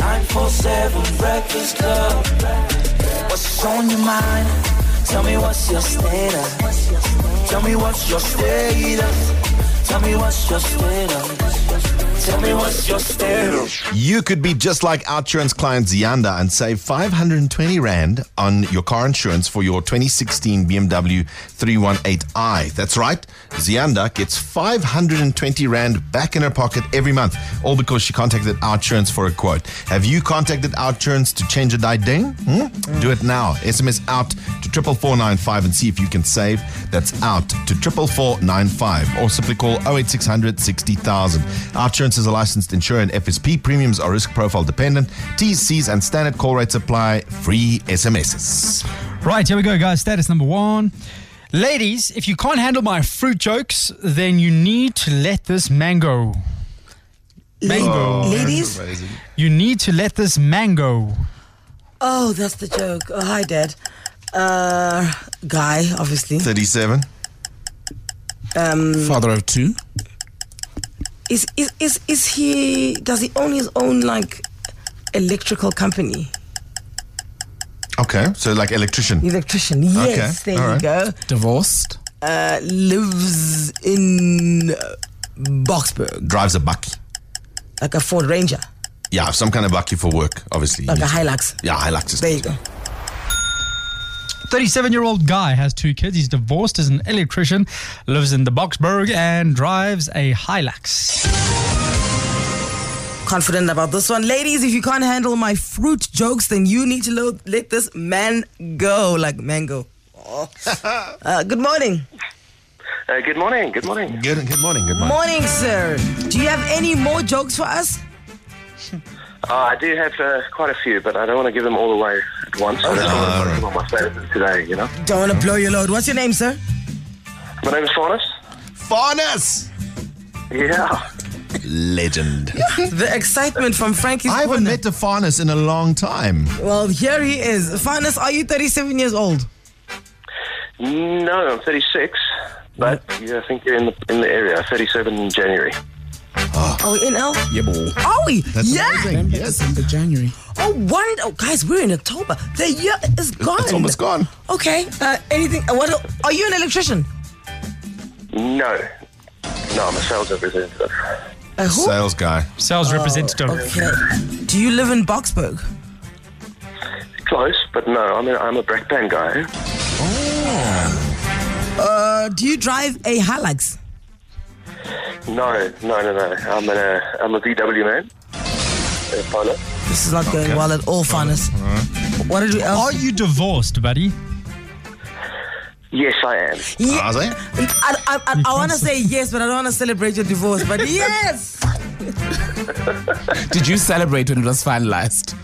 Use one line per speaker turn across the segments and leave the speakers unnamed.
947 Breakfast Club. What's on your mind? Tell me what's your status. Tell me what's your status. Tell me what's your status. Tell me what's your status.
You could be just like our insurance client Zianda and save 520 Rand on your car insurance for your 2016 BMW 318i. That's right, Zianda gets 520 Rand back in her pocket every month, all because she contacted our insurance for a quote. Have you contacted our insurance to change a diadem? Hmm? Do it now. SMS out to 44495 and see if you can save. That's out to 44495 or simply call 08600 60000. Our insurance is a licensed insurer and FSP premiums are risk profile dependent. TCs and standard call rates apply. Free SMSs.
Right, here we go, guys. Status number one. Ladies, if you can't handle my fruit jokes, then you need to let this mango.
Oh,
Mango.
Ladies?
You need to let this mango.
Oh, that's the joke. Oh, hi, Dad. Uh, guy, obviously.
37.
Father of two.
Is is is is he? Does he own his own like electrical company?
Okay, so like electrician.
Electrician. Yes,
Okay,
there you
alright.
go.
Divorced.
Uh, lives in uh, Boxburg,
Drives a bucky.
like a Ford Ranger,
Yeah, some kind of bucky for work, obviously.
like a Hilux.
Yeah, Hilux is
There you go.
37 year old guy has two kids. He's divorced, is an electrician, lives in the Boxburg, and drives a Hilux.
Confident about this one, ladies. If you can't handle my fruit jokes, then you need to lo- let this man go, like mango. Oh. Uh, good morning.
Uh, good morning. Good morning.
Good, good morning, good morning.
Morning, sir. Do you have any more jokes for us?
Uh, I do have uh, quite a few, but I don't want to give them all away at once. I just want to focus on my favorites today. You know,
Don't want to blow your load. What's your name, sir?
my name is Faunus.
Farness!
Yeah.
Legend.
The excitement from Frankie's
I haven't
corner.
met a Farness in a long time.
Well, here he is. Finest, are you 37 years old?
No, I'm 36, but yeah, I think you're in the in the area. 37 in January.
Are we Oh, in L?
Yeah, boy.
Are we?
That's
yeah.
amazing. Yes.
December, January.
Oh, one. Oh, guys, we're in October. The year is gone.
It's almost gone.
Okay. Uh, anything? uh, What? Are you an electrician?
No, no, I'm a sales representative.
Uh, who?
Sales guy.
Sales representative.
Okay. Do you live in Boxburg?
Close, but no, I'm a, I'm a Brackpan guy.
Oh. Uh, do you drive a Hilux?
No, no, no, no. I'm a I'm a VW man. A pilot.
This is not going well at all, Finest. What did you else?
Are you divorced, buddy?
Yes, I am.
Yeah.
Are they?
I, I, I, I want to say yes, but I don't want to celebrate your divorce. But yes!
Did you celebrate when it was finalized?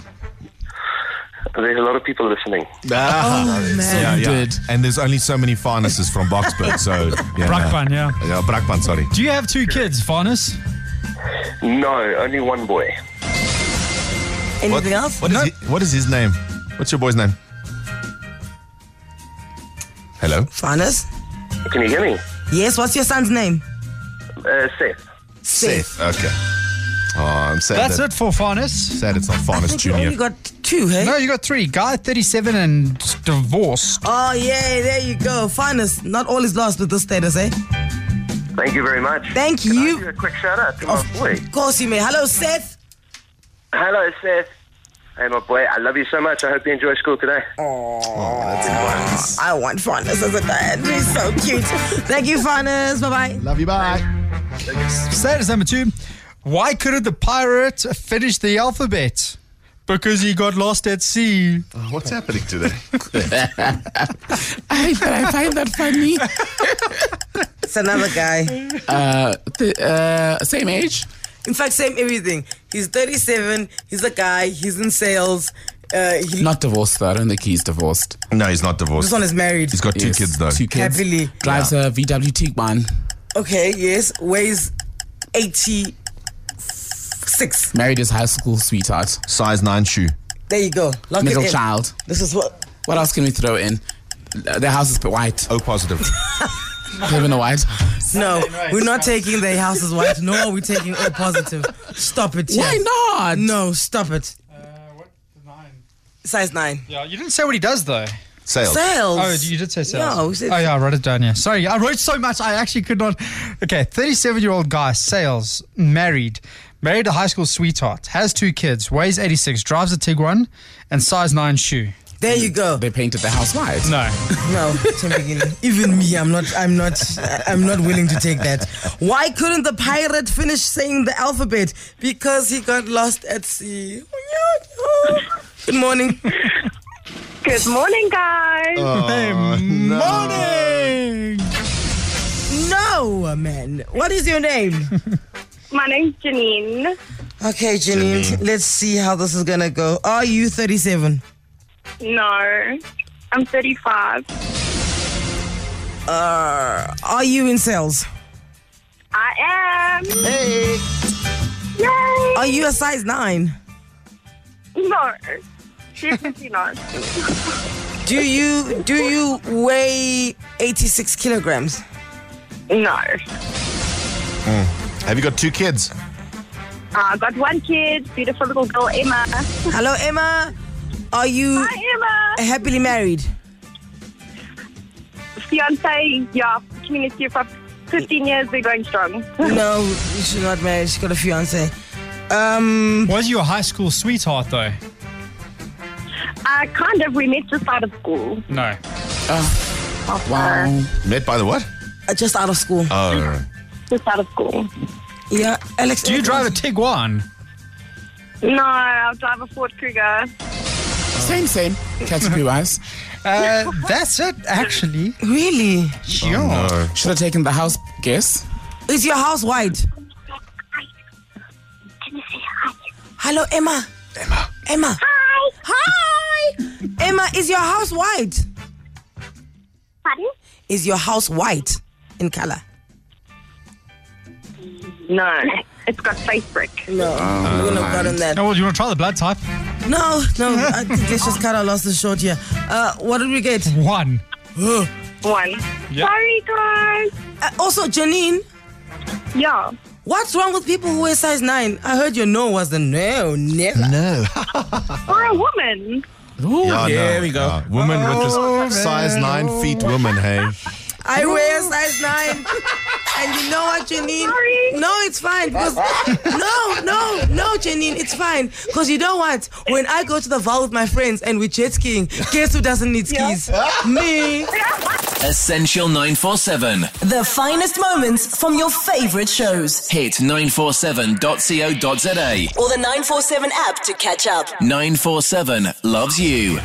There's a lot of people listening.
Ah,
man.
yeah,
You
yeah.
did.
And there's only so many Farnesses from Boxburg, so. Yeah,
Brakpan, yeah.
Yeah, Brakpan, sorry.
Do you have two kids, Farnus?
No, only one boy.
Anything
What-
else?
What is, hi- what is his name? What's your boy's name? Hello?
Finest?
Can you hear me?
Yes, what's your son's name?
Uh, Seth.
Seth. Okay. Oh, I'm sad.
That's
that,
it for Farnus.
Sad it's not
I
Farnes
think you only
Jr.
got two, hey?
No, you got three. Guy 37 and divorced.
Oh, yeah, there you go. Finest. Not all is lost with this status, eh?
Thank you very much.
Thank
Can I
you.
do a quick shout out to my boy.
Of course you may. Hello, Seth.
Hello, Seth. Hey, my boy. I love you so much. I hope you enjoy school today.
I want Finest as a dad. He's so cute. Thank you, Finest. Bye-bye.
Love you, bye.
Status number two. Why couldn't the pirate finish the alphabet? Because he got lost at sea.
What's happening today?
I, I find that funny.
It's another guy.
Uh, th- uh, same age.
In fact, same everything. He's 37. He's a guy. He's in sales. Uh, he,
Not divorced though. I don't think he's divorced.
No, he's not divorced.
this one is married.
He's got two
Yes,
kids though.
Two kids.
Happily.
Drives a VW Tiguan.
Okay, yes. Weighs 86.
Married his high school sweetheart.
Size nine shoe.
There you go. Lock
Middle
it in.
child.
This is what.
What else can we throw in? Their house is white.
O positive.
Live in a white.
No, we're not taking the house's wife. No, we're taking all positive. Stop it.
Why
yeah.
not?
No, stop it.
Uh, what? Nine.
Size nine.
Yeah, you didn't say what he does though.
Sales.
Sales.
Oh, you did say sales.
No, we said-
oh yeah, I wrote it down. Yeah, sorry, I wrote so much I actually could not. Okay, thirty-seven-year-old guy, sales, married, married a high school sweetheart, has two kids, weighs eighty-six, drives a Tiguan, and size nine shoe.
There you go.
They painted the house white.
No,
No, Tembekile. even me, I'm not, I'm not, I'm not willing to take that. Why couldn't the pirate finish saying the alphabet? Because he got lost at sea. Good morning.
Good morning, guys.
morning.
No, man. What is your name?
My name's Janine.
Okay, Janine.
Janine.
Let's see how this is gonna go. Are you 37?
No, I'm 35.
Are you in sales?
I am.
Hey.
Yay!
Are you a size nine?
No, definitely not.
Do you do you weigh 86 kilograms?
No,
Have you got two kids?
I Uh, got one kid, beautiful little girl Emma.
Hello, Emma. Are you
Hi,
happily married?
Emma. Fiance, yeah, community for 15 years. We're going strong.
No, she's not married. She got a fiance. Um,
Was your high school sweetheart though?
Uh, kind of. We met just out of school.
No.
Wow.
Met by the what?
uh, just out of school.
Oh, all right.
Just out of school.
yeah, Alex.
Do you drive a Tiguan?
No, I drive a Ford Cougar.
Same, same. Category wise.
Uh, that's it, actually.
Really?
Sure.
Oh, no.
Should have taken the house guess.
Is your house white? Hello, Emma. Emma. Emma.
Hi.
Hi. Emma, is your house white?
Pardon?
Is your house white in color?
No, it's got face brick.
No, we wouldn't have gotten that.
Oh, well, do you want to try the blood type?
No, no, I think let's just cut our losses short here. Uh, what did we get?
One.
One. Sorry, guys.
Uh, also, Janine,
Yeah.
what's wrong with people who wear size 9? I heard your no was the no, never.
No.
Or a woman.
Ooh,
Yeah,
there
no,
we go. Oh,
yeah. Woman with this size nine feet woman, hey.
I wear size 9. and you know what, Janine?
Sorry.
No, it's fine. Because No, no, no, Janine, it's fine. Because you know what? When I go to the Val with my friends and we jet skiing, guess who doesn't need skis? Me.
Essential 947.
The finest moments from your favorite shows.
Hit 947.co.za.
Or the 947 app to catch up.
947 loves you.